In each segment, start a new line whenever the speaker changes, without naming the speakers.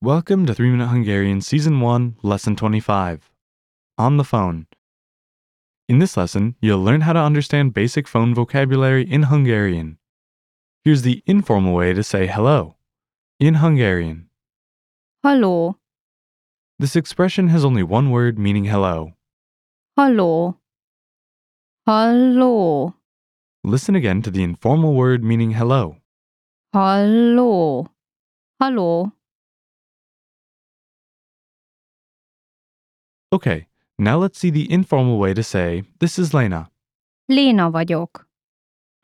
Welcome to 3 Minute Hungarian Season 1, Lesson 25 On the Phone. In this lesson, you'll learn how to understand basic phone vocabulary in Hungarian. Here's the informal way to say hello in Hungarian.
Haló,
This expression has only one word meaning hello.
haló. Halló,
Listen again to the informal word meaning hello.
halló. Haló,
Okay, now let's see the informal way to say, This is Lena.
Léna vagyok.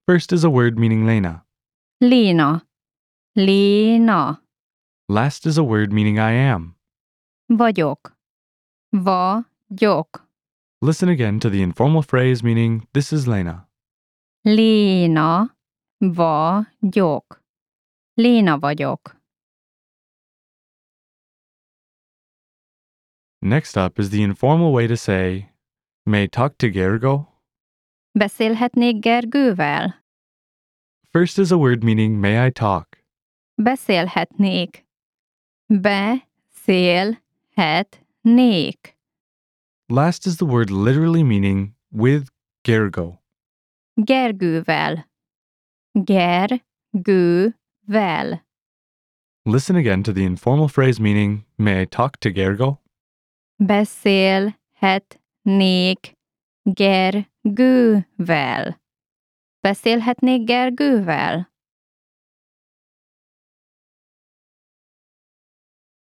First is a word meaning Lena.
Léna. Léna.
Last is a word meaning I am.
Vagyok. Vagyok.
Listen again to the informal phrase meaning, This is Lena.
Léna. Vagyok. Léna vagyok.
Next up is the informal way to say, May talk to Gergo?
Beszélhetnék Gergővel?
First is a word meaning, May I talk?
Beszélhetnék. Beszélhetnék.
Last is the word literally meaning, With Gergo.
Gergővel. Gergővel.
Listen again to the informal phrase meaning, May I talk to Gergo?
Beszélhetnék Gergővel. Beszélhetnék Gergővel?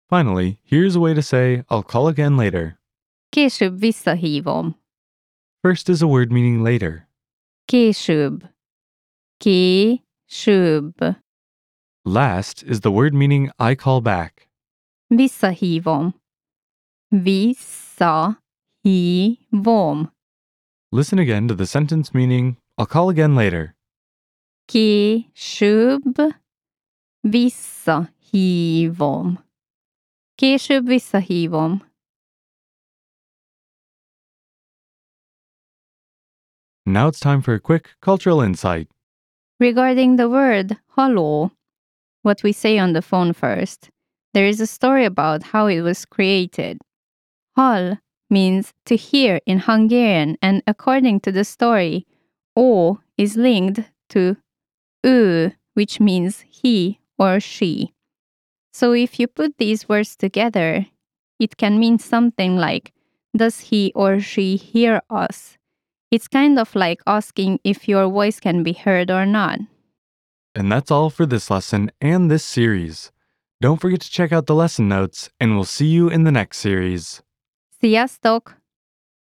Finally, here's a way to say, I'll call again later.
Később visszahívom.
First is a word meaning later.
Később. Később.
Last is the word meaning I call back.
Visszahívom. Visszahívom.
Listen again to the sentence meaning I'll call again later.
Később visszahívom. Később visszahívom.
Now it's time for a quick cultural insight.
Regarding the word hello, what we say on the phone first, there is a story about how it was created. Hall means to hear in Hungarian, and according to the story, o is linked to ö, which means he or she. So if you put these words together, it can mean something like, Does he or she hear us? It's kind of like asking if your voice can be heard or not.
And that's all for this lesson and this series. Don't forget to check out the lesson notes, and we'll see you in the next series.
Sziasztok!